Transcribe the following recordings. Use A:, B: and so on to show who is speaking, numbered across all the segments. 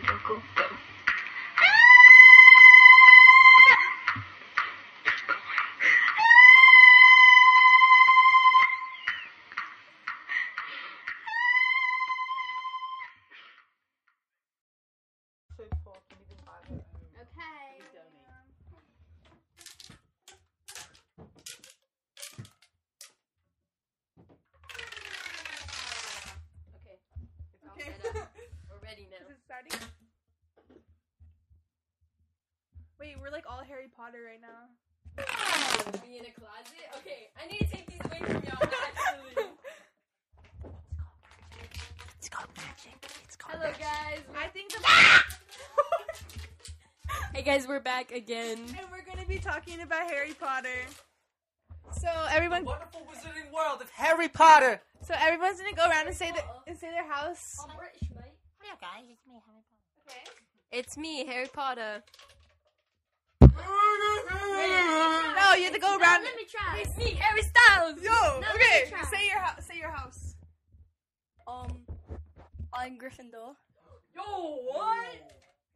A: Undercover.
B: Okay. Okay. It's all set up. We're ready
C: Is
B: now.
C: it starting? Wait, we're like all Harry Potter right now.
B: Be in a closet? Okay. I need to take these away from y'all. Absolutely.
A: It's called magic. It's called
B: Hello, guys.
C: I think the
B: Ah! Hey, guys. We're back again.
C: and we're gonna be talking about Harry Potter. So everyone,
D: Wonderful wizarding world of Harry Potter.
C: so everyone's gonna go around and say that and say their house.
B: I'm British, mate.
A: Hello, guys. It's me, Harry Potter.
C: Okay.
B: It's me, Harry Potter.
C: No, you have to go around.
B: me try. It's me, Harry Styles.
C: Yo,
B: let me
C: okay.
B: try.
C: Say your house. Say your house.
E: Um, I'm Gryffindor.
B: Yo, what?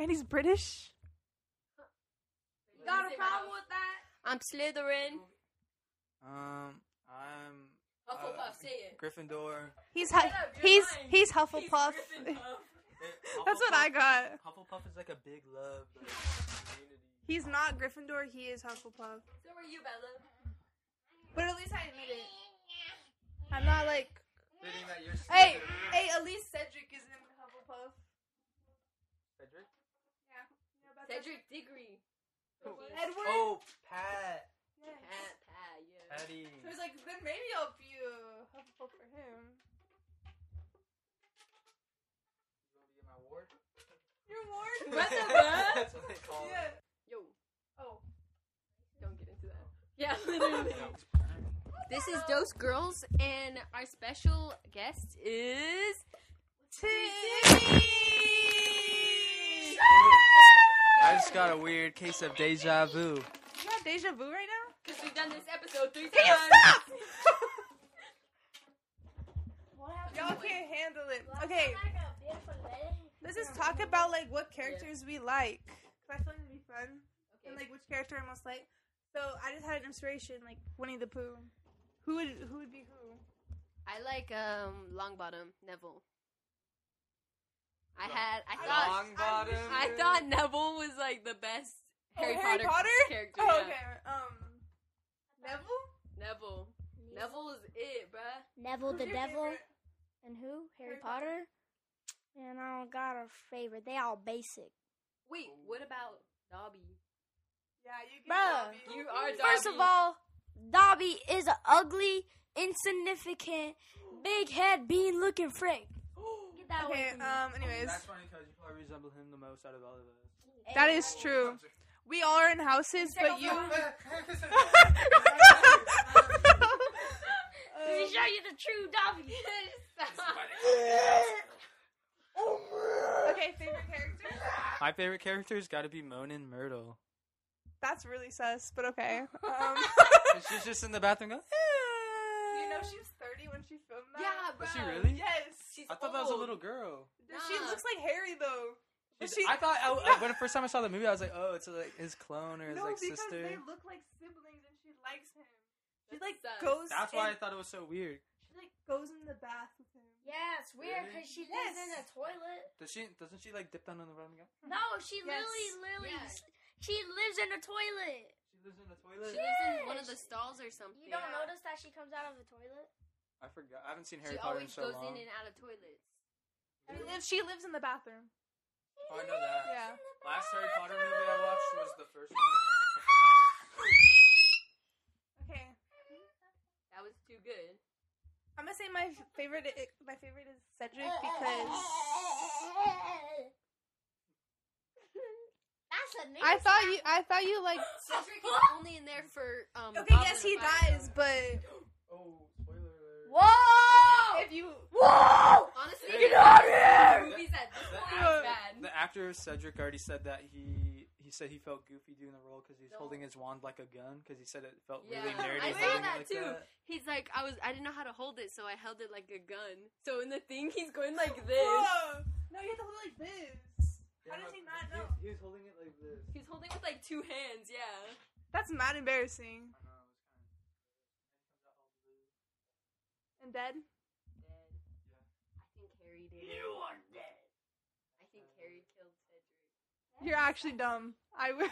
C: And he's British.
B: Got a problem with that? I'm Slytherin.
D: Um, I'm
B: Hufflepuff, say it.
D: Gryffindor.
C: He's
B: Shut up, you're
C: he's
B: lying.
C: he's Hufflepuff. That's what I got.
D: Hufflepuff is like a big love like, community.
C: He's not Gryffindor. He is Hufflepuff.
B: So are you, Bella?
C: But at least I admit it. I'm not like.
D: Fitting that you're
C: Hey,
D: Slytherin.
C: hey, at least Cedric isn't in Hufflepuff.
D: Cedric?
B: Cedric Diggory.
C: Edward.
D: Oh, Pat,
C: Yeah.
B: Pat, Pat, yeah.
D: Patty.
C: So he's like, then maybe I'll be a Hufflepuff for him.
D: You wanna be in my
C: You're warned.
D: ward?
B: What the fuck?
D: That's what they call
C: Yeah.
B: Yo,
C: Oh.
B: don't get into that. Yeah, literally.
D: it. No.
B: this is Dose Girls, and our special guest is.
C: Timmy.
D: I just got a weird case of deja vu.
C: You have deja vu right now?
B: Because we've done this episode three
C: Can you
B: times.
C: stop? Y'all can't handle it. Okay, let's just talk about like what characters we like. 'Cause I feel like it'd be fun. And like which character I most like. So I just had an inspiration, like Winnie the Pooh. Who would who would be who?
B: I like um Longbottom Neville. I
D: No.
B: had I
C: I
B: thought
D: Long bottom.
B: I thought Neville was like the best
C: Oh,
B: Harry,
C: Harry Potter?
B: character.
C: Oh,
B: yeah.
C: okay. Um, Neville.
B: Neville. Neville is it, bruh.
E: Neville
C: Who's
E: Oh, the
C: your
E: Devil.
C: favorite?
E: And who? Harry
C: Harry
E: Potter. And I don't got a favorite. They all basic.
B: Wait,
D: Oh.
B: what about Dobby?
C: Yeah, you can.
E: Bruh.
C: Dobby.
B: You are Dobby.
E: First of all, Dobby is a ugly, insignificant, big head bean looking freak. Get that away
C: Okay.
E: from me.
C: Um. Anyways,
D: That's funny because you probably resemble him the most out of all of us.
C: that is true. We all are in houses, but you.
E: Let
C: uh,
E: me show you the true Dobby.
C: okay, favorite character.
D: My favorite character's got to be Moanin Myrtle.
C: That's really sus, but okay. Um,
D: And she's just in the bathroom going, "Ah."
C: you know she was thirty when she filmed that.
B: yeah, bro.
D: Was she really?
C: Yes.
B: She's
D: I thought that was a
B: old.
D: little girl.
C: She
B: Nah.
C: looks like Harry though. But she-
D: I thought I, when the first time I saw the movie, I was like, oh, it's like his clone or his
C: no,
D: like
C: because
D: sister.
C: they look like siblings, and she likes him. She
B: That's
C: like
B: sus.
C: goes.
D: That's why I
C: in-
D: thought it was so weird.
C: she like goes in the bath with him.
E: Yeah, it's
D: weird 'cause
E: she
C: lives in a
E: toilet.
D: Does she? Doesn't she like dip down on the bottom again?
E: No, she literally,
C: Yes.
E: literally,
B: Yeah.
E: s- she lives in a toilet.
D: She lives in the toilet.
B: She lives in one
E: Yes.
B: of the stalls or something.
E: You don't
C: Yeah.
E: notice that she comes out of the toilet?
D: I forgot. I haven't seen
B: She
D: Harry Potter in
B: always
D: so
B: goes
D: long.
B: in and out of toilets.
C: She lives, she lives in the bathroom.
D: oh, I know that.
C: Yeah.
D: Last Harry Potter movie I watched was the first one.
C: Okay.
B: That was too good.
C: I'm gonna say my favorite. eh, My favorite is
B: Oh,
C: Cedric because
E: That's a
B: oh.
E: name.
C: I thought you. I thought you like.
B: Cedric is only in there for um.
C: Okay,
B: Goblet
C: yes,
B: of
C: he
B: Fire.
C: dies, but
D: Oh, spoiler alert.
E: Whoa!
C: if you
B: Honestly,
D: Get
B: out
D: here!
B: Movies at this
D: The
B: point
C: actor-
B: is bad.
D: The actor Cedric already said that he he said he felt goofy doing the role because he's
B: No.
D: holding his wand like a gun because he said it felt really
B: Yeah.
D: nerdy
C: I saw
D: holding
B: that
D: it like
B: too.
D: that.
B: He's like, I was, I didn't know how to hold it, so I held it like a gun. So in the thing, he's going like this.
C: Whoa. no, you have to hold it like this. How does he not
D: He
C: know?
D: was, he was holding it like this.
B: He's holding with like two hands. Yeah.
C: That's mad embarrassing.
D: I know, it was kind of.
C: And dead?
B: Dead. I think Harry did.
A: You are dead.
B: I think Harry killed Cedric.
C: You're actually dumb. I. W-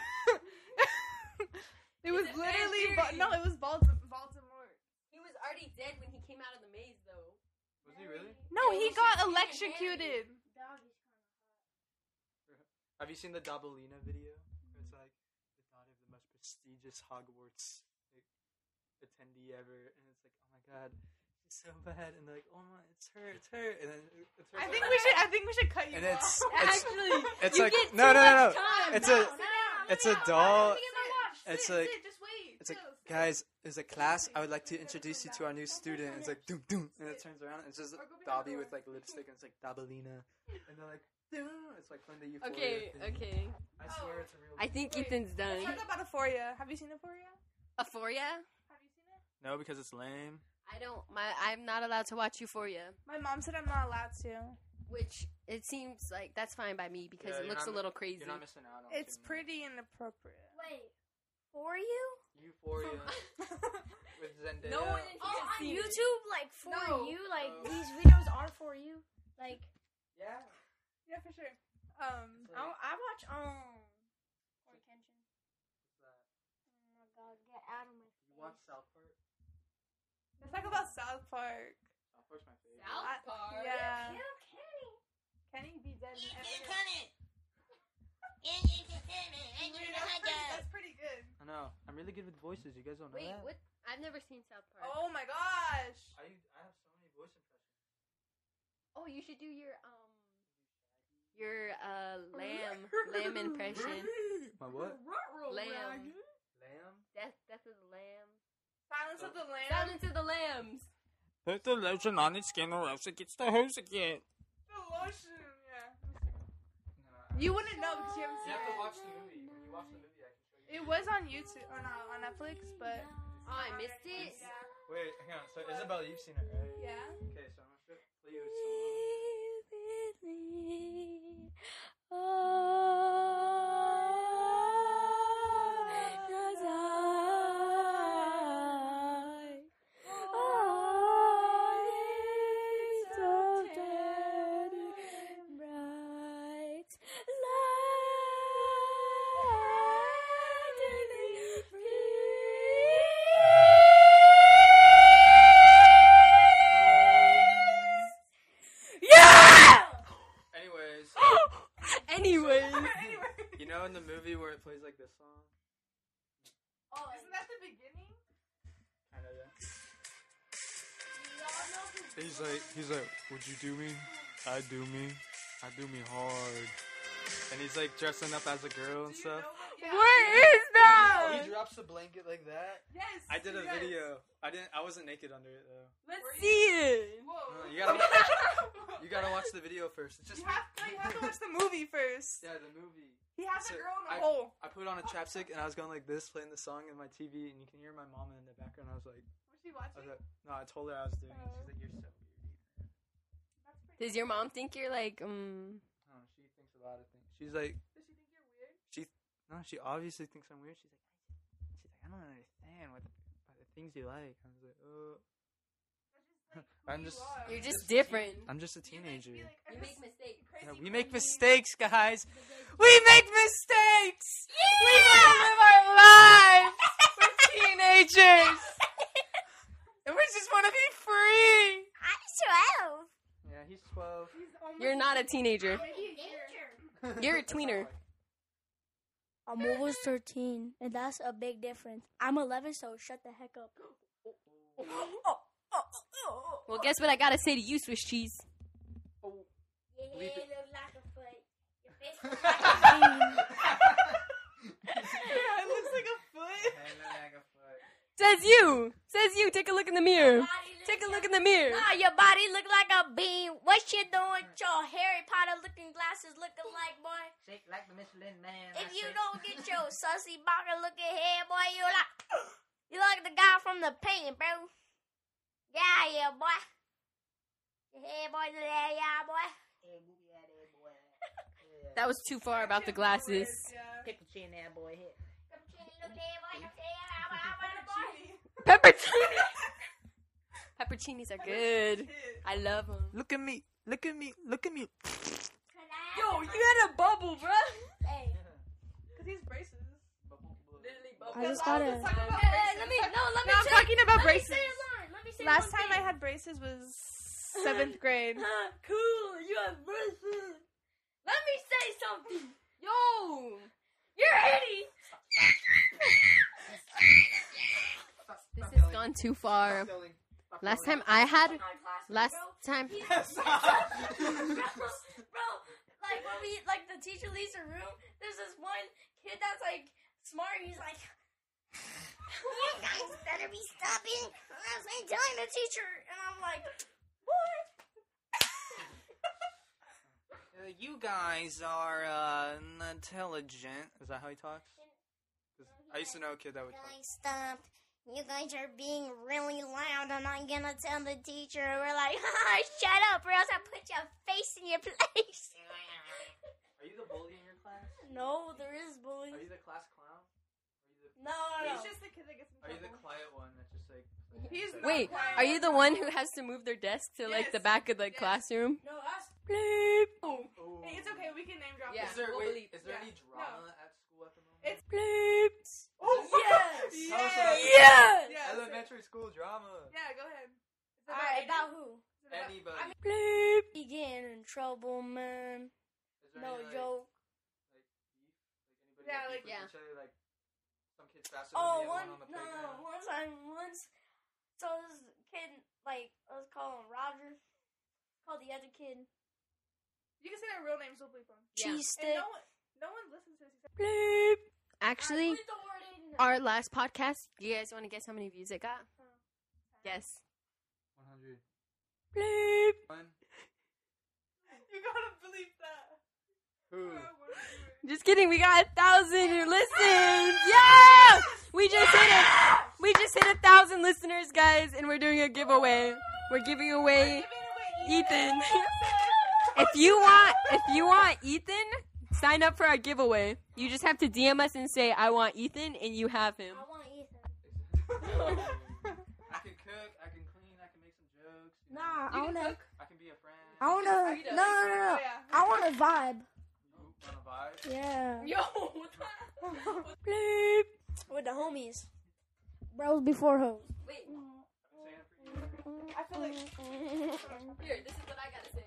C: it was
B: It's a fan
C: literally ba-
B: theory.
C: no. It was Baltimore. Baltimore.
B: He was already dead when he came out of the maze, though.
D: Was he really?
C: No,
B: Yeah,
C: he
B: we
C: got
B: should see it,
C: electrocuted.
E: Doggy's
D: Have you seen the Dabalina video? It's like the daughter of the most prestigious Hogwarts like, attendee ever, and it's like, oh my god, she's so bad, and they're like, oh my, it's her, it's her, and then it- it's her.
C: I think we should. I think we should cut you
D: And
C: off.
D: it's it's
B: Actually,
D: it's
B: you
D: like
B: get
D: no
B: too
D: no no
B: much
D: no.
B: time.
D: It's
B: No,
D: a-
B: no, no.
D: It's a doll. It's
C: It's
D: like-
C: like. Just wait.
D: It's like
C: chill, sit.
D: guys, it's a class. I would like to introduce you to our new student. And it's like doom doom, and it turns around and it's just
C: Or go behind the
D: Dobby
C: door.
D: with like lipstick and it's like Dabalina, and they're like doom. It's like from the Euphoria.
B: Okay,
D: thing.
B: okay.
D: I swear it's a real.
B: I think
C: Wait.
B: Ethan's done.
C: Let's talk about Euphoria. Have you seen Euphoria?
B: Euphoria?
C: Have you seen it?
D: No, because it's lame.
B: I don't. My I'm not allowed to watch Euphoria,
C: My mom said I'm not allowed to.
B: which it seems like that's fine by me because it
D: Yeah, you're
B: looks
D: not-
B: a little crazy.
D: You're not missing out on.
C: It's
D: too much.
C: pretty inappropriate.
E: Wait, for you?
D: Euphoria with Zendaya.
B: No one in-
E: Oh, on
B: seen it.
E: YouTube, like for
B: No.
E: you, like
D: Oh.
E: these videos are for you. Like
D: Yeah.
C: yeah, for sure. Um,
D: It's like-
E: I watch um. Attention. Oh my god, get out of my face.
D: You watch South Park?
C: let's talk about South Park.
D: South Park's my favorite.
B: South
C: I-
B: Park.
C: yeah.
E: You can't.
C: Kenny be dead. in every- That's pretty,
A: That's
C: that's pretty good.
D: I know. I'm really good with voices. You guys don't know
B: Wait,
D: that.
B: what? I've never seen South Park.
C: Oh my gosh.
D: I, I have so many voice impressions.
B: Oh, you should do your um your uh lamb lamb impression.
D: My what?
B: Lamb.
D: Lamb.
B: Death death of the lamb.
C: Silence of the Lambs.
B: Silence of the lambs.
F: Put the lotion on its skin or else it gets the hose again.
C: The lotion. Yeah.
D: No,
C: You wouldn't know because you haven't
D: You
C: seen
D: have to
C: it.
D: watch the movie. When you watch the movie, I can show you.
C: It was on YouTube or not on Netflix, but
B: Oh, I missed it.
D: Wait, hang on. So Isabella, you've seen it, right?
C: yeah.
D: Okay, so I'm gonna show- play you a song. Anyways,
B: Anyway.
C: anyway.
D: you know in the movie where it plays like this song?
C: Oh, isn't that the beginning?
D: Kinda, yeah. He's like, he's like, would you do me? I do me. I do me hard. And he's like dressing up as a girl and
C: Do you
D: stuff.
C: know what? Yeah.
B: is that?
D: He drops a blanket like that.
C: Yes.
D: I did a
C: yes.
D: video. I didn't. I wasn't naked under it though.
C: Let's
B: See it.
C: Whoa.
D: No, Uh, you gotta watch- You gotta watch the video first. It's just
C: You have to, you have to watch the movie first.
D: yeah, the movie.
C: He has
D: So,
C: a girl in a
D: I-
C: hole.
D: I put on a chapstick and I was going like this, playing the song in my TV, and you can hear my mom in the background. I was like,
C: Was she
D: I was
C: watching?
D: like no, I told her I was doing. it. She's like, you're so weird.
C: That's pretty.
B: Does your mom think you're like um?
D: Oh, she thinks a lot of things. She's like,
C: Does she think you're weird?
D: no, she obviously thinks I'm weird. She's like, she's like, I don't understand what what the things you like. I was like, oh, I'm
C: That's
D: just-
C: just like who you
B: You're
C: are.
B: just different.
D: I'm just a
C: You make-
D: teenager.
C: be like, I'm
B: You
C: just
B: make mistakes.
C: crazy
D: Yeah, we make
C: crazy.
D: mistakes, guys. We make mistakes. We gotta live our lives. We're teenagers, and we just want to be free.
E: I'm twelve.
D: Yeah, he's twelve.
C: He's almost-
B: You're not a teenager.
C: Maybe a year.
B: You're a tweener.
E: I'm almost thirteen, and that's a big difference. I'm eleven, so shut the heck up.
B: Well, guess what I gotta say to you, Swiss cheese.
D: Oh.
E: Your
D: Leave
E: head looks like a foot. Your face
D: It
E: looks like a
C: yeah, it looks like a foot.
B: Says you. Says you. Take a look in the mirror.
E: bean.
B: Take a look in the mirror.
E: Nah, your body look like a bean. What you doing? with Your Harry Potter looking glasses looking like boy.
A: like the Michelin man.
E: If you don't get your sussy bonker looking head, boy, you like you like the guy from the paint, bro. Yeah, yeah, boy. Your head, boy, yeah, yeah, boy.
A: Yeah, boy. Yeah,
B: That was too far about the glasses.
C: Yeah.
A: Pickle chin that boy hit.
B: Peppercini. Peppercinis are good. I love them.
D: Look at me. Look at me. Look at me.
B: Yo, you had a bubble, bruh.
G: Hey,
C: Because he's braces.
G: I just
C: Because
G: gotta-
C: was talking about
G: Hey,
C: braces.
G: let me no, let me
C: No, I'm
G: say-
C: talking about
G: let me say
C: braces.
G: one, let me say
C: Last
G: one
C: time I
G: thing.
C: had braces was seventh grade.
G: Huh, cool, you have braces. Let me say something.
B: Yo.
G: You're eighty.
B: This has gone too far. Last time I had. Last time.
G: He- bro, bro, like when we like the teacher leaves her room, there's this one kid that's like smart. He's like, "You guys better be stopping, or else I'm telling the teacher." And I'm like, "What?"
E: Uh, you guys are uh, intelligent.
D: Is that how he talks? 'Cause I used to know a kid that would talk.
G: guys stop. You guys are being really loud, and I'm gonna tell the teacher. We're like, "Ah, shut up, or else I'll put your face in your place.
D: Are you the bully in your class?
G: no, there is bullying.
D: Are you the class clown? Are you the,
G: No, no, no.
C: He's just the kid that gets in
D: are you the
C: trouble.
D: quiet one that's just like?
C: He's not
B: Wait,
C: quiet.
B: are you the one who has to move their desk to like the
C: Yes.
B: back of the
C: Yes.
B: classroom?
G: No, us.
B: Bleep.
D: Oh.
C: Hey, it's okay. We can name drop.
B: Yeah.
D: Is there
B: we'll
D: wait,
B: believe-
D: is there
C: yeah.
D: any
C: No.
D: drama at school at the moment?
C: It's-
B: Bleep.
C: Oh,
G: Yes.
C: yes.
G: Yes.
C: Yes.
D: Elementary school drama.
C: Yeah, go ahead. It's
G: All right,
C: any-
G: about who?
C: it's about-
D: Anybody?
C: I mean,
B: Bleep.
G: He getting in trouble, man.
D: Is there
G: No
D: any, like,
G: joke.
D: Like beef? Like anybody
C: Yeah,
D: got
C: like-
D: beef with
B: Yeah.
D: each other? Like some kids faster than
G: Oh,
D: the
G: one
D: other on the
G: no, no,
D: playground.
G: one time, once. So this kid, like, let's call him Roger. Call the other kid.
C: You can say their real names. We'll bleep them.
B: Yeah.
G: Cheese
C: And
G: stick.
C: no one, no one listens to this. Except
B: Bleep. Actually,
G: Alright, bleep the word in.
B: our last podcast. You guys want to guess how many views it got? Yes.
D: One hundred.
B: Bleep.
D: One.
C: you gotta believe that.
D: Who?
B: Just kidding. We got a thousand who listened. Yeah, we just hit it. We just hit a thousand listeners, guys, and we're doing a giveaway. We're giving away Ethan. if you want, if you want Ethan, sign up for our giveaway. You just have to DM us and say I want Ethan, and you have him.
G: I want Ethan.
D: I can cook. I can clean. I can make some jokes. you know.
G: Nah, I wanna.
D: I can be a friend.
G: I wanna. No, no,
C: Oh,
G: no, no. I wanna vibe.
D: Ooh, wanna vibe?
G: Yeah.
B: Yo. Bleep.
G: With the homies. Bros before hoes.
B: Wait.
D: I've been saying it for years.
C: I feel like
B: Here, this is what I gotta say.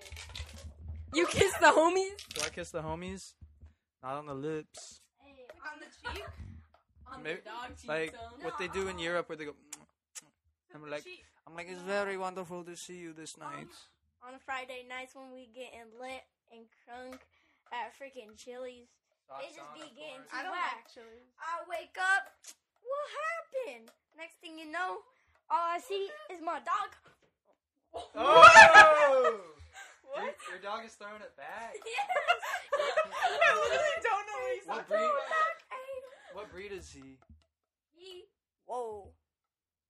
B: You kiss the homies
D: Do I kiss the homies? Not on the lips.
C: on the cheek.
B: on
D: Maybe-
B: the dog cheek
D: Like
B: zone.
D: what they do in Europe, where they go. I'm like,
C: cheek.
D: I'm like, it's very wonderful to see you
G: Oh,
D: this night.
G: On Friday nights when we getting lit and crunk at freaking Chili's. They just be getting
C: I
G: too
C: don't
G: whack.
C: actually.
G: I wake up. What happened? Next thing you know, all I see is my dog.
D: Oh!
C: What?
D: Your, your dog is throwing it back.
C: I literally don't know what he's
D: What
C: talking
D: breed?
C: about.
D: What breed is he?
G: Whoa.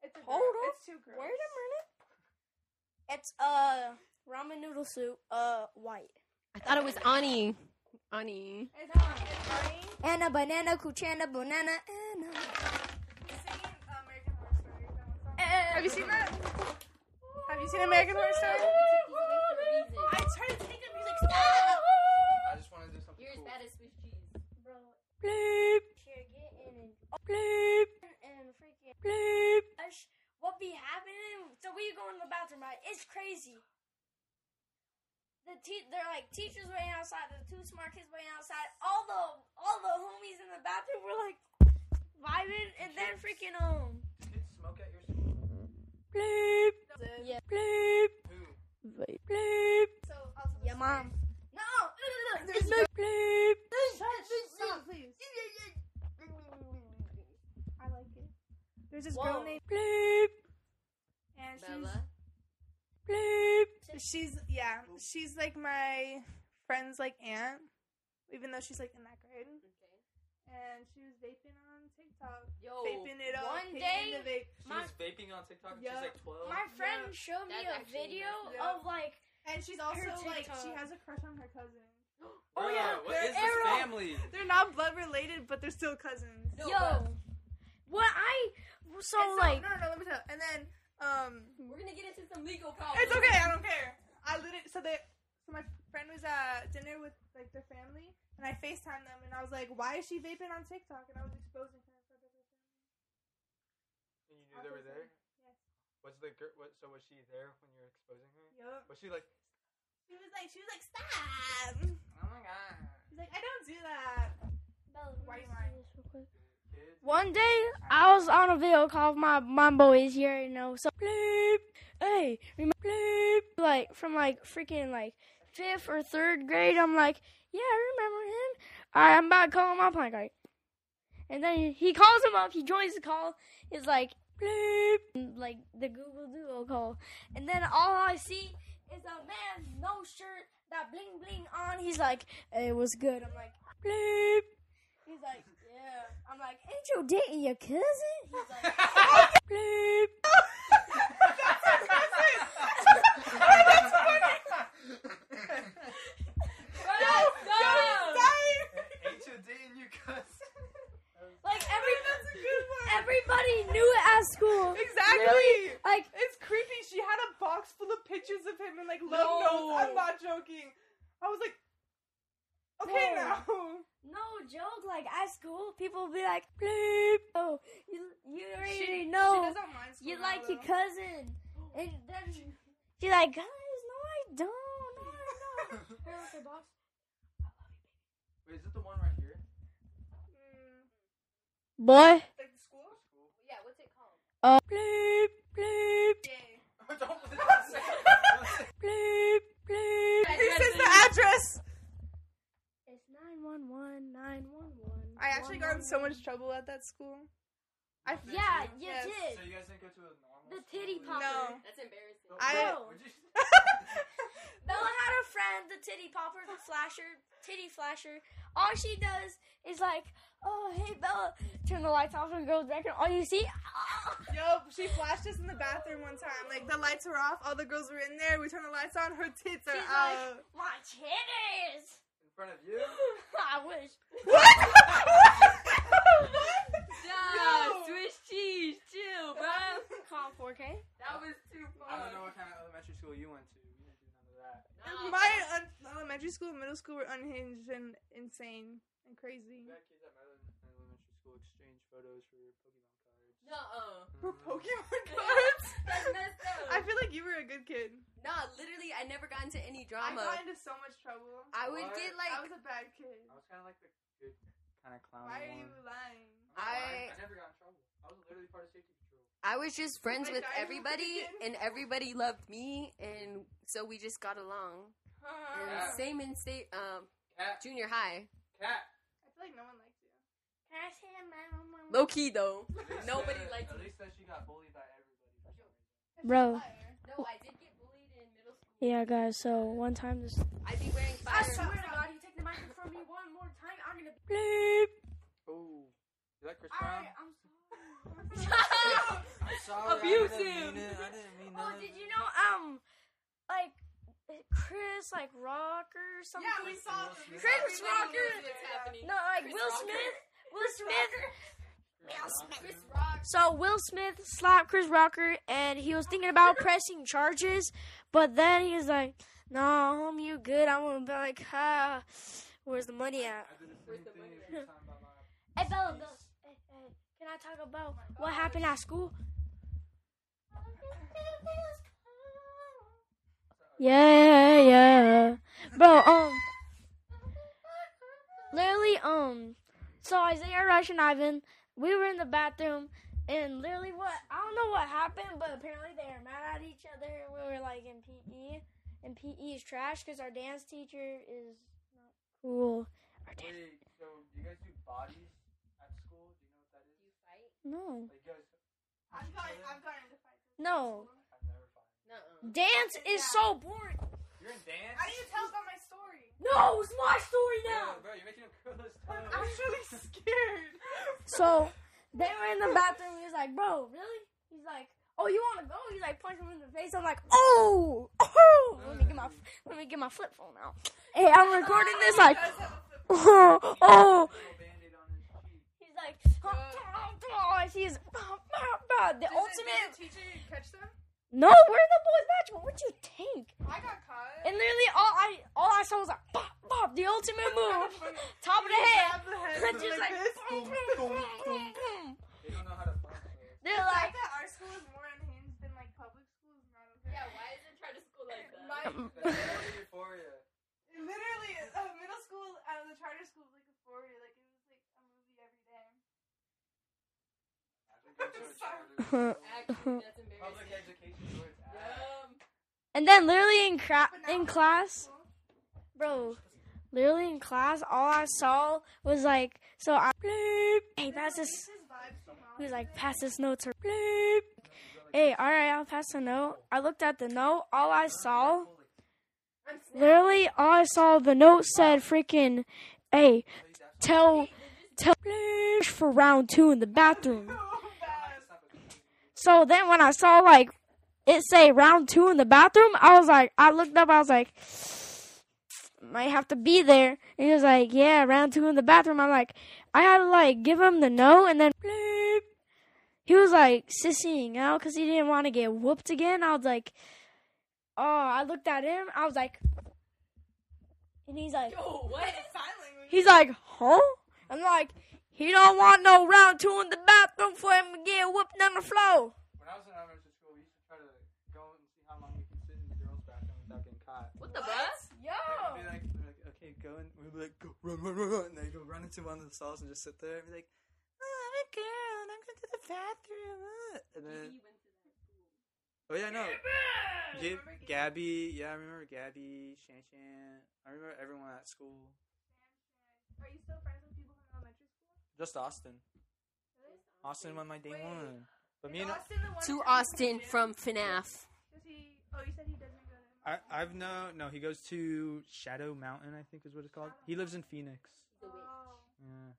C: It's a
G: Hold
C: girl.
G: up.
C: It's two girls.
G: Wait a minute. It's uh ramen noodle soup, uh white.
B: I thought it was Ani. Ani.
C: It's not. It's green.
G: And a banana, kuchana, banana, and a...
C: He's singing uh, American Horror Story. That one song.
G: Have
C: you seen that? Have you seen American Horror Story? I tried to take a music
D: I just want to do something cool.
B: as Swiss cheese.
G: Bro,
B: Bleep.
G: you're getting
B: Bleep.
G: and freaking
B: Bleep.
G: gosh, what be happening? So we go in the bathroom, right? It's crazy. The te- they're like teachers waiting outside, the two smart kids waiting outside. All the all the homies in the bathroom were like vibing, and then freaking um.
D: Kids smoke at your school.
B: Bleep.
G: Yeah.
B: Bleep.
D: Who?
B: Bleep.
C: So, also
G: Your mom. No.
B: There's no bleep.
C: Stop, please. I like it. There's this girl named
B: Bleep.
C: and
B: Bella. Bleep.
C: she's she's yeah she's like my friend's like aunt, even though she's like in that grade. And she was vaping on TikTok,
B: Yo.
C: vaping it up.
G: one
C: vaping
G: day,
C: the vape.
D: She
G: My-
D: was vaping on TikTok and
C: Yeah.
D: she's like 12.
G: My friend
C: Yeah.
G: showed me
B: That's
G: a
B: actually
G: video
C: nice. Yeah.
G: of like
C: and she's also
G: Her
C: like she
G: TikTok.
C: has a crush on her cousin.
D: Bro,
C: oh, yeah,
D: what
C: there-
D: is
C: not blood related, but they're still cousins.
G: Yo, what I so
C: And
G: like
C: no, no, no, let me tell. And then, um,
B: We're gonna get into some legal
G: Oh,
B: problems.
C: it's okay. I don't care. I literally so they so my friend was at dinner with like their family, and I Facetime them, and I was like, "Why is she vaping on TikTok?" And I was exposing her. in front of her family.
D: And you knew they were there. Was the girl? Was, so was she there when you were exposing her?
C: Yup.
D: Was she like?
C: She was like, she was like, "Stop!" She's
A: Oh my god.
C: like, "I don't do that." Why am I-
D: Kids?
G: One day, I was on a video call with my my boys here, you know. So bleep, hey, remember bleep, like from like freaking like fifth or third grade. I'm like, yeah, I remember him. All right, I'm about to call him up. Like, like, and then he, he calls him up. He joins the call. He's like bleep, like the Google Duo call. And then all I see is a man, no shirt, that bling bling on. He's like, hey, what's good? I'm like bleep. He's like, yeah. I'm like, ain't you dating your cousin? He's like, bleep.
B: That's dumb.
D: Ain't you dating your cousin?
G: Like every
C: That's a good one.
G: everybody knew it at school.
C: Exactly.
G: Like
C: It's creepy. She had a box full of pictures of him and like love notes. I'm not joking. I was like, okay
G: No.
C: now.
G: no joke. Like at school, people would be like, bleep. Oh, you you already know.
C: doesn't mind
G: You
C: school now,
G: like your
C: though.
G: cousin, and then she's like, guys, no, I don't. No, I don't. Her with her box.
D: Wait, is it the one right here?
C: Mm,
G: Boy.
C: like the school?
B: Yeah, what's it called?
G: Uh, bleep, bleep,
C: Yeah.
D: don't, don't say it.
G: bleep, bleep.
C: He says the address.
G: It's nine one one nine one one.
C: I actually got in so much trouble at that school. I
G: Yeah, you
C: Yes.
G: did.
D: So you guys didn't go to a normal
G: The
D: school?
G: titty popper.
C: No.
B: That's embarrassing.
D: Don't-
C: I-
D: don't- would you-
G: Bella had a friend, the titty popper, the flasher, titty flasher. All she does is like, oh, hey, Bella, turn the lights off and go back, and all you see, oh,
C: Yo, she flashed us in the bathroom one time. Like the lights were off, all the girls were in there. We turned the lights on, her tits are
G: She's like-
C: out.
G: my titties.
D: in front of you?
G: I wish.
C: Yo.
B: Duh, Swiss cheese, chill, bro.
G: Calm 4K.
B: That was too far.
D: I don't know what kind of elementary school you went to. You didn't do
B: Nah.
D: none of that.
C: My un- elementary school and middle school were unhinged and insane and crazy.
D: We had kids at my ele- elementary school exchange photos for Pokemon cards. Mm-hmm.
B: Nuh-uh.
C: For Pokemon
B: cards?
C: cards?
B: That's messed up.
C: I feel like you were a good kid.
B: nah, literally, I never got into any
C: I
B: drama.
C: got into so much trouble. I,
B: I would
D: What?
B: get like
C: was a bad kid.
D: I was kind of like the good kind of clown.
C: Why are
D: one.
C: you lying?
D: I,
B: I-
D: I never got in trouble. I was literally part of safety patrol.
B: I was just friends
C: Like,
B: with
C: I was
B: everybody,
C: thinking-
B: and everybody loved me, and so we just got along.
C: Uh,
B: And
D: Yeah.
B: Same in state, um,
D: Cat,
B: junior high.
D: cat.
C: I feel like no one liked you.
G: Can I say my mom?
B: Low key though.
D: At least
B: Nobody
D: that-
B: liked
D: At
B: me.
D: least that she got bullied by everybody.
B: No,
G: Bro.
B: I did get bullied in middle school.
G: Yeah, guys. So one time this.
B: I'd be wearing
G: I
B: fire.
G: swear to God, you take the microphone from me one more time, I'm gonna bleep.
D: Oh, you like Chris Brown?
G: Alright, I'm sorry.
D: I'm sorry. Abuse I didn't mean it. I didn't mean
G: Oh,
D: that.
G: did you know um, like Chris like Rock or something?
C: Yeah, we saw them. We saw everybody
G: Chris Rocker.
C: was there, yeah.
G: no, like
B: Chris
G: Will
B: Rock.
G: Smith. Will Smith.
D: Chris Brown.
G: So Will Smith slapped Chris Rocker, and he was thinking about pressing charges, but then he was like, "No, homie, you good? I'm gonna be like, ah, where's the money at?"
D: I did the
B: Where's
D: same
B: the
D: thing
B: money?
D: every time by my
G: Hey, Bella, Bella, hey, hey, can I talk about what happened at school? Yeah, yeah, bro. Um, literally, um, so Isaiah, Rush, and Ivan, we were in the bathroom, and literally, what I don't know what happened, but apparently they were mad at each other. and We were like in PE, and PE is trash because our dance teacher is not cool. Our dance
D: Wait, so you guys do bodies at school? Do you know what that is? Like,
G: no.
D: you guys.
C: I've gotten, I've gotten into fights.
G: No.
D: I've never fought.
B: Nuh-uh.
G: Dance is so boring.
D: You're in dance?
C: I need to tell about my story.
G: No, it's my story
D: Yo, bro, you're making a girl's tongue.
C: I'm really scared.
G: So they were in the bathroom. He was like, "Bro, really?" He's like, "Oh, you want to go?" He's like, punching him in the face. I'm like, "Oh, oh!" Let me get my let me get my flip phone out. Hey, I'm recording this. Like,
C: Guys have a flip-
G: oh, oh, I see is bah, bah, bah, the ultimate.
C: Did the teacher catch them?
G: No, we're in the boys' match. What would you think?
C: I got caught.
G: And literally, all I all I saw was like bop bop, the ultimate move, top of the
C: Grab
G: head.
C: the head
G: Just like,
C: this.
G: boom, boom, boom, boom.
D: They don't know how to fight.
G: They're
C: The fact
G: like,
C: that our school is more unhinged than like public school is not okay.
H: Yeah, why is it trying to school like that?
C: My,
G: Um,
D: That's euphoria.
C: literally, uh, middle school, uh, the charter school was like a four year, like it was like a movie every day.
H: Actually, that's
D: Public
H: embarrassing.
D: education is where it's at.
H: Yum.
G: and then literally in cra-
C: But now
G: in
C: middle
G: class,
C: school-
G: bro. Literally in class, all I saw was like, so I bleep. Hey, pass
C: This
G: this.
C: is vibes from
G: He was
C: Molly.
G: like, pass this note to bleep. Hey, all right, I'll pass the note. I looked at the note. All I saw, literally, all I saw, the note said, freaking, hey, tell, tell bleep for round two in the bathroom.
C: so Oh, bad.
G: So then when I saw like it say round two in the bathroom, I was like, I looked up, I was like, might have to be there. And he was like, yeah, round two in the bathroom. I'm like, I had to like give him the no, and then bleep. He was like sissying out because he didn't want to get whooped again. I was like, oh, I looked at him, I was like, and he's like,
H: Yo, what?
C: Sign language.
G: He's like, huh? I'm like, he don't want no round two in the bathroom for him to get whooped on the floor.
D: When I was in elementary school, we used to try to go and see how long we could sit in the girls' bathroom without getting caught.
H: What the bus?
D: They'd be like, they're like, okay, go and we'd be like, go run, run, run, run, and they go run into one of the stalls and just sit there and be like, oh, I'm a girl and I'm going to the bathroom. uh." And then, oh yeah, no, Gib, Gabby, yeah, I remember Gabby, Shan Shan. I remember everyone at school.
C: Are you still friends with people from elementary school?
D: Just Austin. Austin won my day
C: Wait.
D: one, but me
C: Is
D: and
C: Austin the one
B: To
C: who-
B: Austin from FNAF.
C: Does he? Oh, you said he doesn't go to.
D: I, I've no, no, he goes to Shadow Mountain, I think is what it's called. He lives in Phoenix.
C: Oh.
D: Yeah.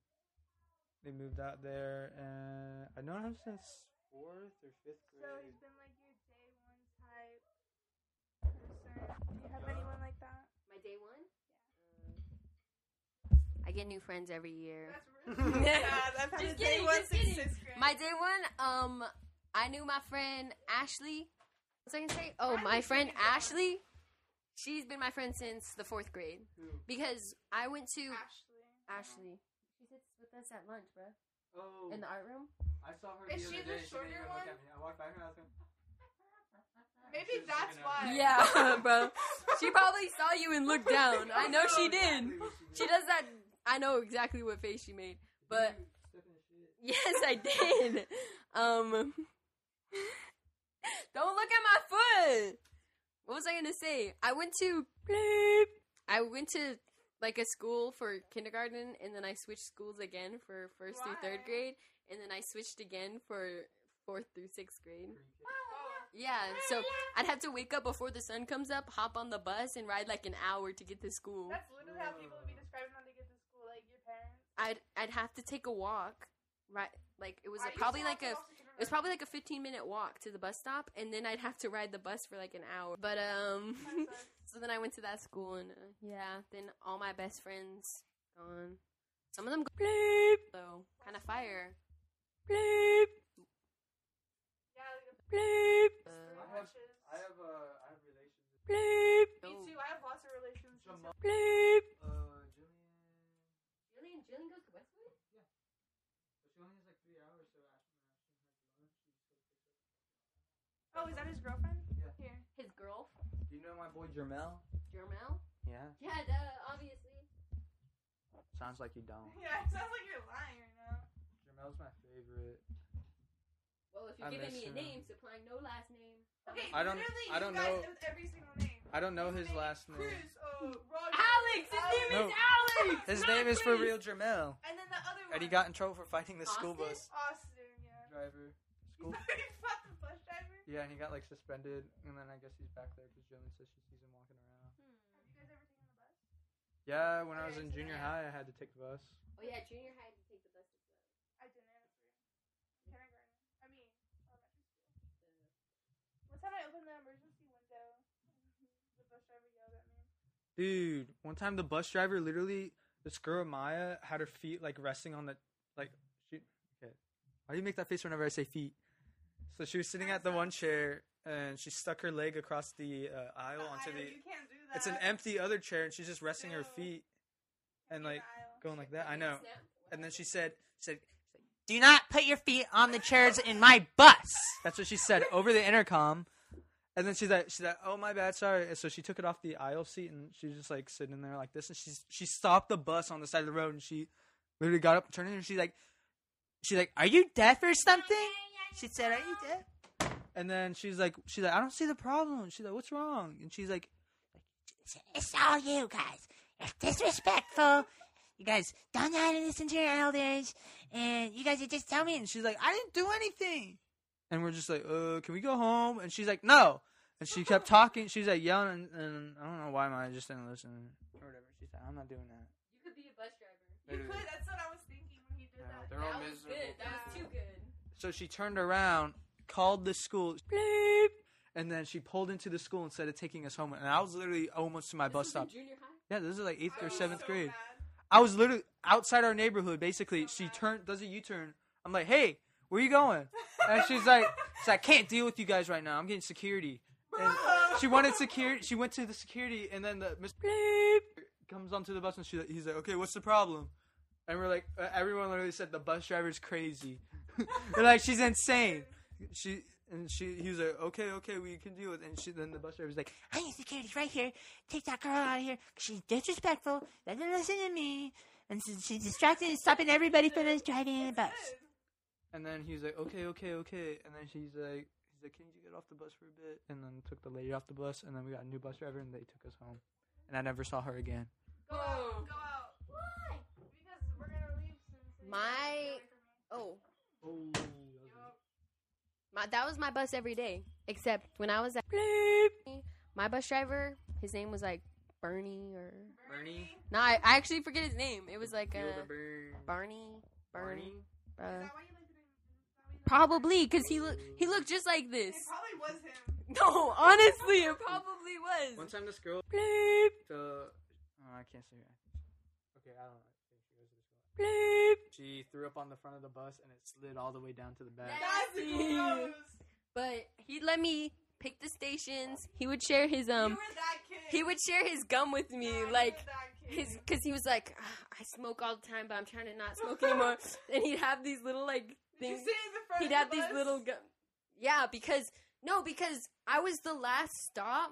D: They moved out there, and I know him since fourth or fifth
C: So
D: grade.
C: he's been like your day one type person. Do you have anyone like that?
H: My day one?
B: I get new friends every year.
C: really bad. I've had
H: Just kidding, just kidding.
C: sixth grade.
B: My day one, um, I knew my friend Ashley. What's I can say? Oh, my friend Ashley. She's been my friend since the fourth grade because I went to
C: Ashley.
B: Ashley. She sits with us at lunch, bro,
D: Oh,
B: in the art room.
D: I saw her.
C: Is the she other the day, she didn't shorter even look one? at
D: I walked by her and I was like,
C: Maybe that's why.
B: Yeah, bro. She probably saw you and looked down. I know she did. She does that. I know exactly what face she made. But yes, I did. Um, don't look at my foot. What was I gonna say? I went to I went to like a school for kindergarten, and then I switched schools again for first through third
C: Why?
B: grade, and then I switched again for fourth through sixth grade.
C: Oh,
B: Yeah, so I'd have to wake up before the sun comes up, hop on the bus, and ride like an hour to get to school.
C: That's literally how people would be describing when they get to school, like your parents.
B: I'd I'd have to take a walk, right? Like it was
C: I
B: a,
C: used to
B: probably
C: have
B: like
C: to
B: a
C: walk to
B: it was probably like a fifteen minute walk to the bus stop, and then I'd have to ride the bus for like an hour. But um,
C: kindergarten. That sucks.
B: so then I went to that school, and uh, yeah, then all my best friends gone. Some of them go bleep, so kind of fire bleep
C: Yeah, like a
B: bleep
C: uh,
D: I have- I have uh, I have relations. with,
B: bleep.
C: Me
H: Oh.
C: too. I have lots of relations.
D: Jamal.
B: bleep.
D: Uh, Jillian.
H: Jillian, Jillian goes to Westwood?
D: But she only has like three hours, so after
C: Oh, is that his girlfriend?
D: Yeah.
C: Here.
H: His girl?
D: Do you know my boy Jermel?
H: Jermel?
D: Yeah.
H: Yeah, duh, obviously.
D: Sounds like you don't.
C: Yeah, it sounds like you're lying right now.
D: Jermel's my favorite.
H: Well, if
D: I
H: you're giving
D: miss
H: me a
D: her.
H: name, supplying no last name.
C: Okay,
D: I don't-
C: literally,
D: I don't
C: you guys
D: know-
C: With every single name.
D: I don't know
C: His
D: his
C: name
D: last name.
C: Chris, uh, Roger,
H: Alex! His
C: Alex.
H: name is
D: No.
H: Alex!
D: His
H: not
D: name is for
H: Chris.
D: real Jermel.
C: And then the other one.
D: And he got in trouble for fighting the school
B: Austin?
D: bus
C: Austin, yeah.
D: driver. School.
C: he fought the bus driver.
D: Yeah, and he got like suspended, and then I guess he's back there because Jillian says she sees him walking around.
H: Hmm.
C: Have you guys ever taken the bus?
D: Yeah, when I
H: Okay,
D: was in
H: so
D: junior
H: then-
D: high, I had to take the bus.
H: Oh, yeah, junior high, you take the bus.
C: I didn't. Kindergarten. I mean, elementary school. One time I opened the emergency window, the bus driver yelled at me.
D: Dude, one time the bus driver literally, this girl Maya had her feet like resting on the like she. Okay, Why do you make that face whenever I say feet? So she was sitting at the one chair and she stuck her leg across the uh, aisle onto the.
C: You can't do that.
D: It's an empty other chair and she's just resting her
C: No.
D: feet and
C: Empty
D: like going like that. I know.
H: Snap.
D: And then she said, she said,
A: Do not put your feet on the chairs in my bus.
D: That's what she said over the intercom. And then she's like, she's like, oh my bad, sorry. And so she took it off the aisle seat and she's just like sitting there like this. And she's she stopped the bus on the side of the road and she literally got up and turned in and she's like, she's like, are you deaf or something? She said, are you deaf? And then she's like, she's like, I don't see the problem. She's like, what's wrong? And she's like,
A: It's all you guys. It's disrespectful. You guys don't know how to listen to your elders, and you guys are just tell me.
D: and she's like, I didn't do anything. And we're just like, uh, can we go home? And she's like, no. And she kept talking. She's like yelling, and, and I don't know why my I just didn't listen or whatever. She said, I'm not doing that.
H: You could be a bus driver.
C: You could. That's what I was thinking when you did
D: No,
C: that.
D: they're
H: That was good. That was too good.
D: So she turned around, called the school, and then she pulled into the school instead of taking us home. And I was literally almost to my bus
H: This was in
D: stop.
H: Junior high.
D: Yeah, this is like eighth
C: I
D: or
C: was
D: seventh
C: so
D: grade.
C: mad.
D: I was literally outside our neighborhood. Basically,
C: So
D: she
C: bad.
D: turned, does a U turn. I'm like, hey, where you going? And she's like, she's like, I can't deal with you guys right now. I'm getting security. And she wanted security. She went to the security, and then the Miss comes onto the bus, and she, he's like, okay, what's the problem? And we're like, uh, everyone literally said the bus driver's crazy. They're like, she's insane. She and she, he was like, okay, okay, we can deal with. It. And she, then the bus driver's like,
A: I need security right here. Take that girl out of here. She's disrespectful. Doesn't listen to me, and since she's distracted and stopping everybody from us driving in the bus.
D: And then he was like, okay, okay, okay. And then she's like, he's like, can you get off the bus for a bit? And then took the lady off the bus. And then we got a new bus driver, and they took us home. And I never saw her again.
C: Go out. Go out. Why? Because we're gonna leave soon.
B: My- Oh,
D: Oh,
B: my, that was my bus every day. Except when I was at my bus driver, his name was like Bernie or
D: Bernie.
B: no, I, I actually forget his name. It was like uh, Barney, Bernie,
D: Bernie.
B: uh,
C: Is that why you like it? Is that why you like it?
B: probably because he look he looked just like this.
C: It probably was him.
B: No, honestly, it probably
D: One
B: was.
D: time this girl, the, oh, I can't say her. Okay, I don't know. She threw up on the front of the bus, and it slid all the way down to the back.
C: That's gross.
B: But he'd let me pick the stations. He would share his
C: you
B: um.
C: were that kid.
B: He would share his gum with me,
C: Yeah, you were
B: like
C: that kid.
B: his because he was like "Ah, I smoke all the time, but I'm trying to not smoke anymore. and he'd have these little like
C: Did you
B: things.
C: sit in the front
B: He'd
C: of
B: have
C: the
B: these
C: bus?
B: little gum. Yeah, because no, because I was the last stop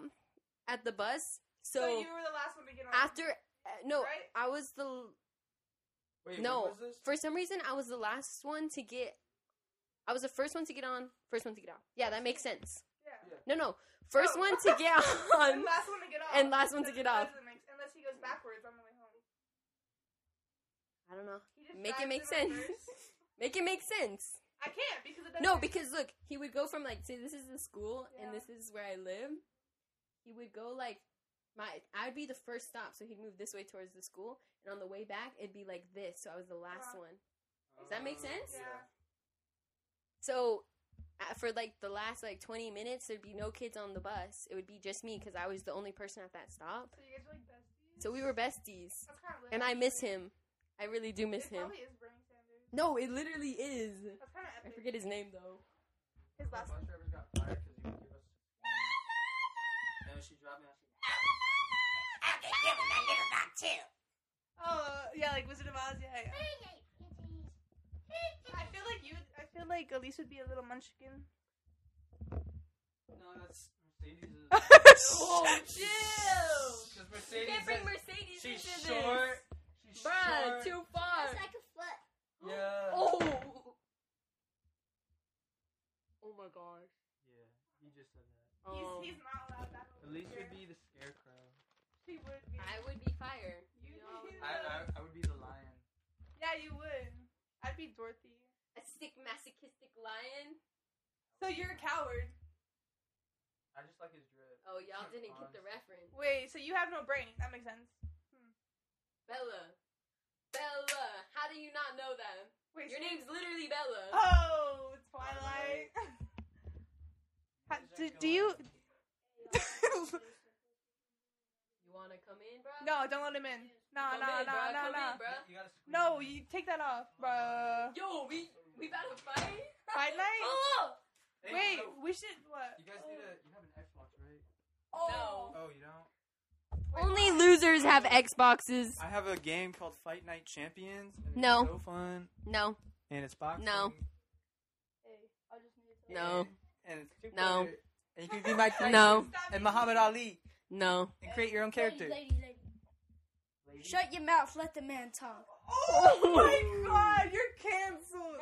B: at the bus. So,
C: So, you were the last one to get on.
B: after uh, no,
C: Right?
B: I was the
D: Wait,
B: no.
D: what was this?
B: For some reason, I was the last one to get. I was the first one to get on, first one to get off. Yeah, that makes sense. No,
C: Yeah.
B: no, first
C: Oh.
B: one to get on.
C: and last one to get off.
B: and last one to
C: Doesn't-
B: get off.
C: doesn't make- Unless he goes backwards on the way home.
B: I don't know.
C: He just
B: Make it
C: drives
B: make
C: in
B: sense.
C: reverse.
B: Make it make sense.
C: I can't because it doesn't.
B: No, because look, he would go from like, say, this is the school and
C: Yeah.
B: this is where I live. He would go like, my I'd be the first stop, so he'd move this way towards the school, and on the way back it'd be like this, so I was the last
C: Uh-huh.
B: one. Does that make sense?
C: Yeah.
B: So uh, for like the last like twenty minutes, there'd be no kids on the bus. It would be just me because I was the only person at that stop.
C: So you guys are like besties.
B: So we were besties,
C: That's kind of lit.
B: and I miss him. I really do miss
C: it
B: him.
C: Probably is Bernie Sanders.
B: No, it literally is.
C: That's kind of
B: I
C: epic.
B: forget his name though.
C: his last name.
G: Okay, give me that little back too.
C: Oh yeah, like Wizard of Oz. Yeah, yeah. I feel like you. I feel like Elise would be a little munchkin.
D: No, that's Mercedes. Oh,
B: Chill. You
D: Mercedes
B: can't bring Mercedes
D: She's
B: into
D: short. She's
B: this. Bruh,
D: short.
B: too far.
G: It's like a foot.
D: Yeah.
B: Oh. Oh my gosh.
D: Yeah, he just said that.
B: Um,
C: he's, he's not allowed that. over
D: At least
C: here.
D: Oh. would be the scarecrow.
C: She would be.
B: I would be fire.
C: You-
B: You know,
C: you-
D: I, I, I would be the lion.
C: yeah, you would. I'd be Dorothy.
B: a sick masochistic lion.
C: So you're a coward.
D: I just like his drip.
B: Oh, y'all didn't get the reference.
C: Wait, so you have no brain. That makes sense.
B: Bella. Bella. How do you not know that?
C: Wait.
B: Your
C: so-
B: name's literally Bella.
C: Oh, Twilight.
B: Uh,
C: Ha- do, do you?
B: You wanna come in, bro?
C: no, don't let him in. No,
B: Come
C: no,
B: in, bruh.
C: no, no,
B: Come
C: no.
B: in, bruh.
D: You gotta squeeze
C: No, you take that off, bruh.
A: Yo, we we about to fight.
C: Fight night?
E: Oh,
D: Hey,
C: Wait,
D: no,
C: we should what?
D: you guys need a. You have an Xbox, right?
A: Oh.
D: Oh, you don't.
B: Only losers have Xboxes.
D: I have a game called Fight Night Champions. and it's
B: No.
D: So fun,
B: No.
D: and it's boxing.
B: No. No.
D: And, and it's two
B: No.
D: player, And you can be Mike Tyson
B: No.
D: and Muhammad Ali
B: No.
D: and create your own character.
E: Lady, lady, lady. Shut your mouth. Let the man talk.
C: Oh my god, you're canceled.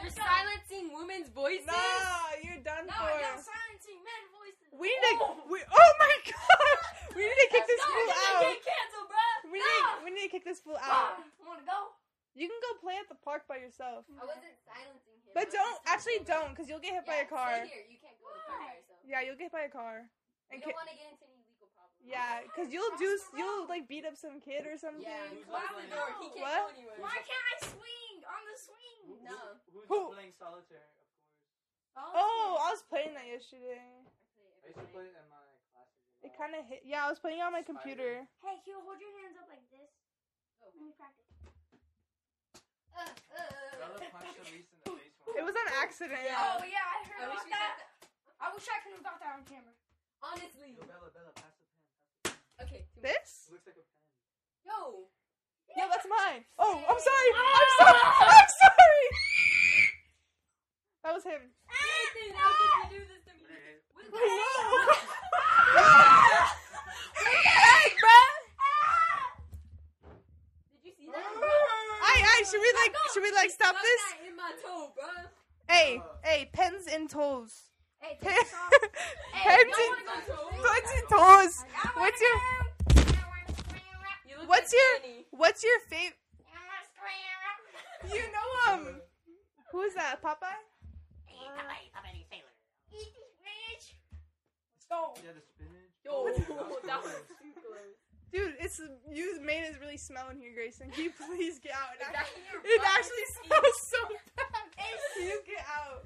B: You're silencing women's voices?
C: Nah, you're done
E: No,
C: for.
E: I'm not silencing men voices.
C: We need to. We, oh my gosh! We need to kick this
E: no,
C: fool
E: you
C: out.
E: get canceled, bruh.
C: We
E: no.
C: need. We need to kick this fool out.
E: Want to go?
C: You can go play at the park by yourself,
A: I wasn't silencing him.
C: but don't actually don't, cause you'll get hit by a car.
A: Here. You can't go to the car by yourself.
C: Yeah, you'll get hit by a car.
A: You
C: And
A: don't
C: ki-
A: want to get into any legal problems.
C: yeah, cause you'll do. s- You'll like beat up some kid or something.
A: Yeah.
D: Who's
A: Close
D: up
A: the
D: right
A: door.
D: now?
A: He can't
C: What?
A: go anywhere.
E: Why can't I swing on the swing?
A: No.
D: Who's
C: Who-
D: playing solitaire? Of course.
C: Oh, I was playing that yesterday.
D: I used to play it in my classes.
C: It kind of hit. Yeah, I was playing it on my computer.
E: Hey, Hugh, hold your hands up like this. Let me practice. Uh,
D: Bella
E: uh.
D: punched Elise in the face once.
C: It was an accident.
E: Oh yeah, I
A: I
E: heard
A: wish
E: about
A: you got
E: that.
A: that.
E: I wish I could have got that on camera.
A: Honestly.
D: Yo, Bella, Bella, pass the pen.
A: Okay.
D: It
C: This?
D: looks like a pen.
A: Yo.
C: No, that's mine. Oh, I'm sorry. I'm sorry. I'm sorry. That was him.
A: Nathan, how could you do this to me? What the heck? Did you see that?
C: I, I should we like should we like stop
A: Stuck
C: this?
A: that in my toe, bruh.
C: Hey, hey, pens and toes.
E: Hey,
C: Pen,
E: take this off. Hey,
C: pens
E: you wanna
C: and
E: go swing?
C: pens and toes.
E: I wanna
C: What's your
E: go. I wanna swing around.
A: You look
C: What's
A: like
C: your-
A: Danny.
C: what's your favorite?
E: I wanna swing around.
C: You know him. Who is that? Popeye?
E: Eat this bitch.
D: Yeah, the spinach.
A: Yo, that
D: that
A: was
D: was
A: too close.
C: Dude, it's you made it really smell in here, Grayson. Can you please get out? It
A: That
C: actually,
A: in your
C: it
A: butt.
C: actually smells so bad.
E: It's-
C: Can you get out?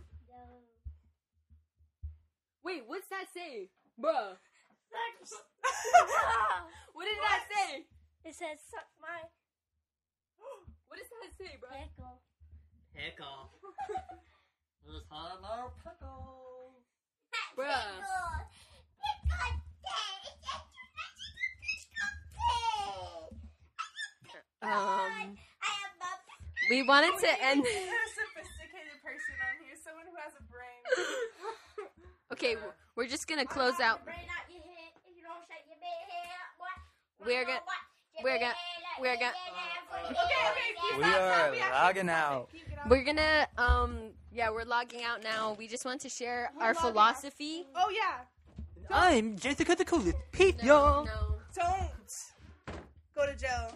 B: Wait, what's that say? Bruh.
E: Suck-
B: What did that say?
E: It says suck my
B: What does that say, bruh?
E: pickle.
I: Pickle. Who's hot our pickle?
B: Bruh.
E: Pickle. Pickle day. It's a magical pickle day.
B: Um,
E: I have my
B: we wanted to end.
C: You're a sophisticated person on here, someone who has a brain.
B: Okay, w- we're just gonna close out.
E: Brain out your head. If you don't shake your big head, boy.
B: We're gonna- we're gonna- we're gonna-
E: Okay,
D: We are logging out.
B: We're gonna, um, yeah, we're logging out now. We just want to share our
C: logging out.
B: philosophy.
C: Oh yeah,
J: I'm Jessica the Coolest. Pete,
B: No,
J: y'all.
B: no,
C: don't go to jail.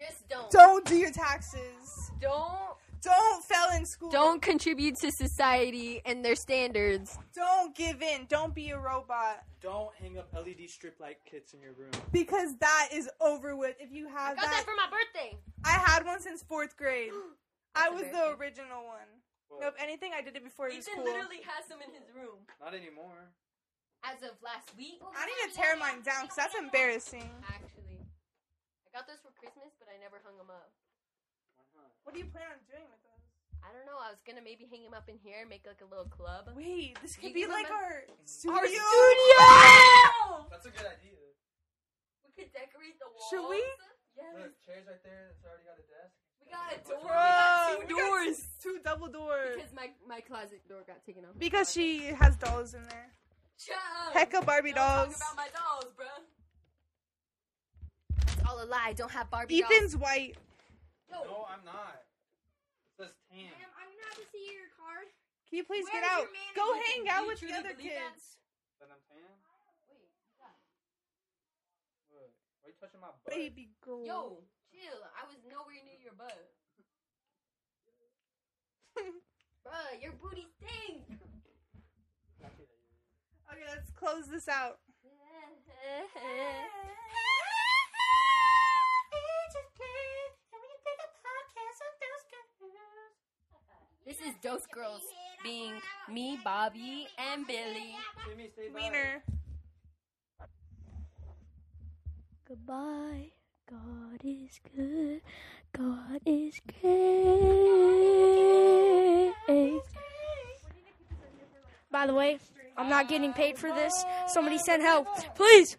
B: just don't.
C: Don't do your taxes.
B: Don't
C: Don't fail in school.
B: don't contribute to society and their standards.
C: don't give in. Don't be a robot
D: Don't hang up LED strip light kits in your room.
C: because that is over with. If you have that,
B: for my birthday.
C: I had one since fourth grade. I
B: That's
C: was the
B: embarrassing.
C: original one.
D: Well,
C: No, if anything, I did it before it was
A: Ethan
C: cool.
A: literally has some in his room.
D: Not anymore.
B: As of last week,
C: I need to tear mine down because that's embarrassing.
B: actually, I got those for Christmas, but I never hung them up.
C: What do you plan on doing with those?
B: I don't know. I was gonna maybe hang them up in here and make like a little club.
C: Wait, this could
B: You
C: be
B: can
C: like
B: remem-
C: our studio.
B: Our
D: That's a good idea.
A: We could decorate the walls.
C: Should we?
A: Yes.
D: Look, chairs right there. That's already got a desk.
A: We got a door.
C: Bro,
A: We got
C: we
A: two
C: got
A: doors.
C: Two double doors.
B: Because my my closet door got taken off.
C: Because she has dolls in there.
A: Shut
B: Oh,
A: up.
C: Hecka Barbie
A: Don't talk
C: dolls.
A: about my dolls, bruh.
B: It's all a lie. Don't have Barbie dolls.
C: Ethan's white.
D: No, I'm not. It says tan.
E: Ma'am, I'm not to see your card.
C: Can you please get
E: Where's
C: out?
E: your manager?
C: Go
E: Do
C: hang
A: you
C: out with the
A: truly
C: other
A: believe that?
C: kids.
D: That I'm tan? Look, why are you touching my butt?
C: Baby girl.
A: Yo, chill. I was nowhere near your butt.
B: Bruh, your booty stinks.
C: Okay, let's close this out.
B: This is Dose Girls being me, Bobby, and Billy.
D: Timmy, say bye.
C: Wiener.
E: Goodbye. God
G: God is good. God is great. By the way, I'm not getting paid for this. Somebody send help, please.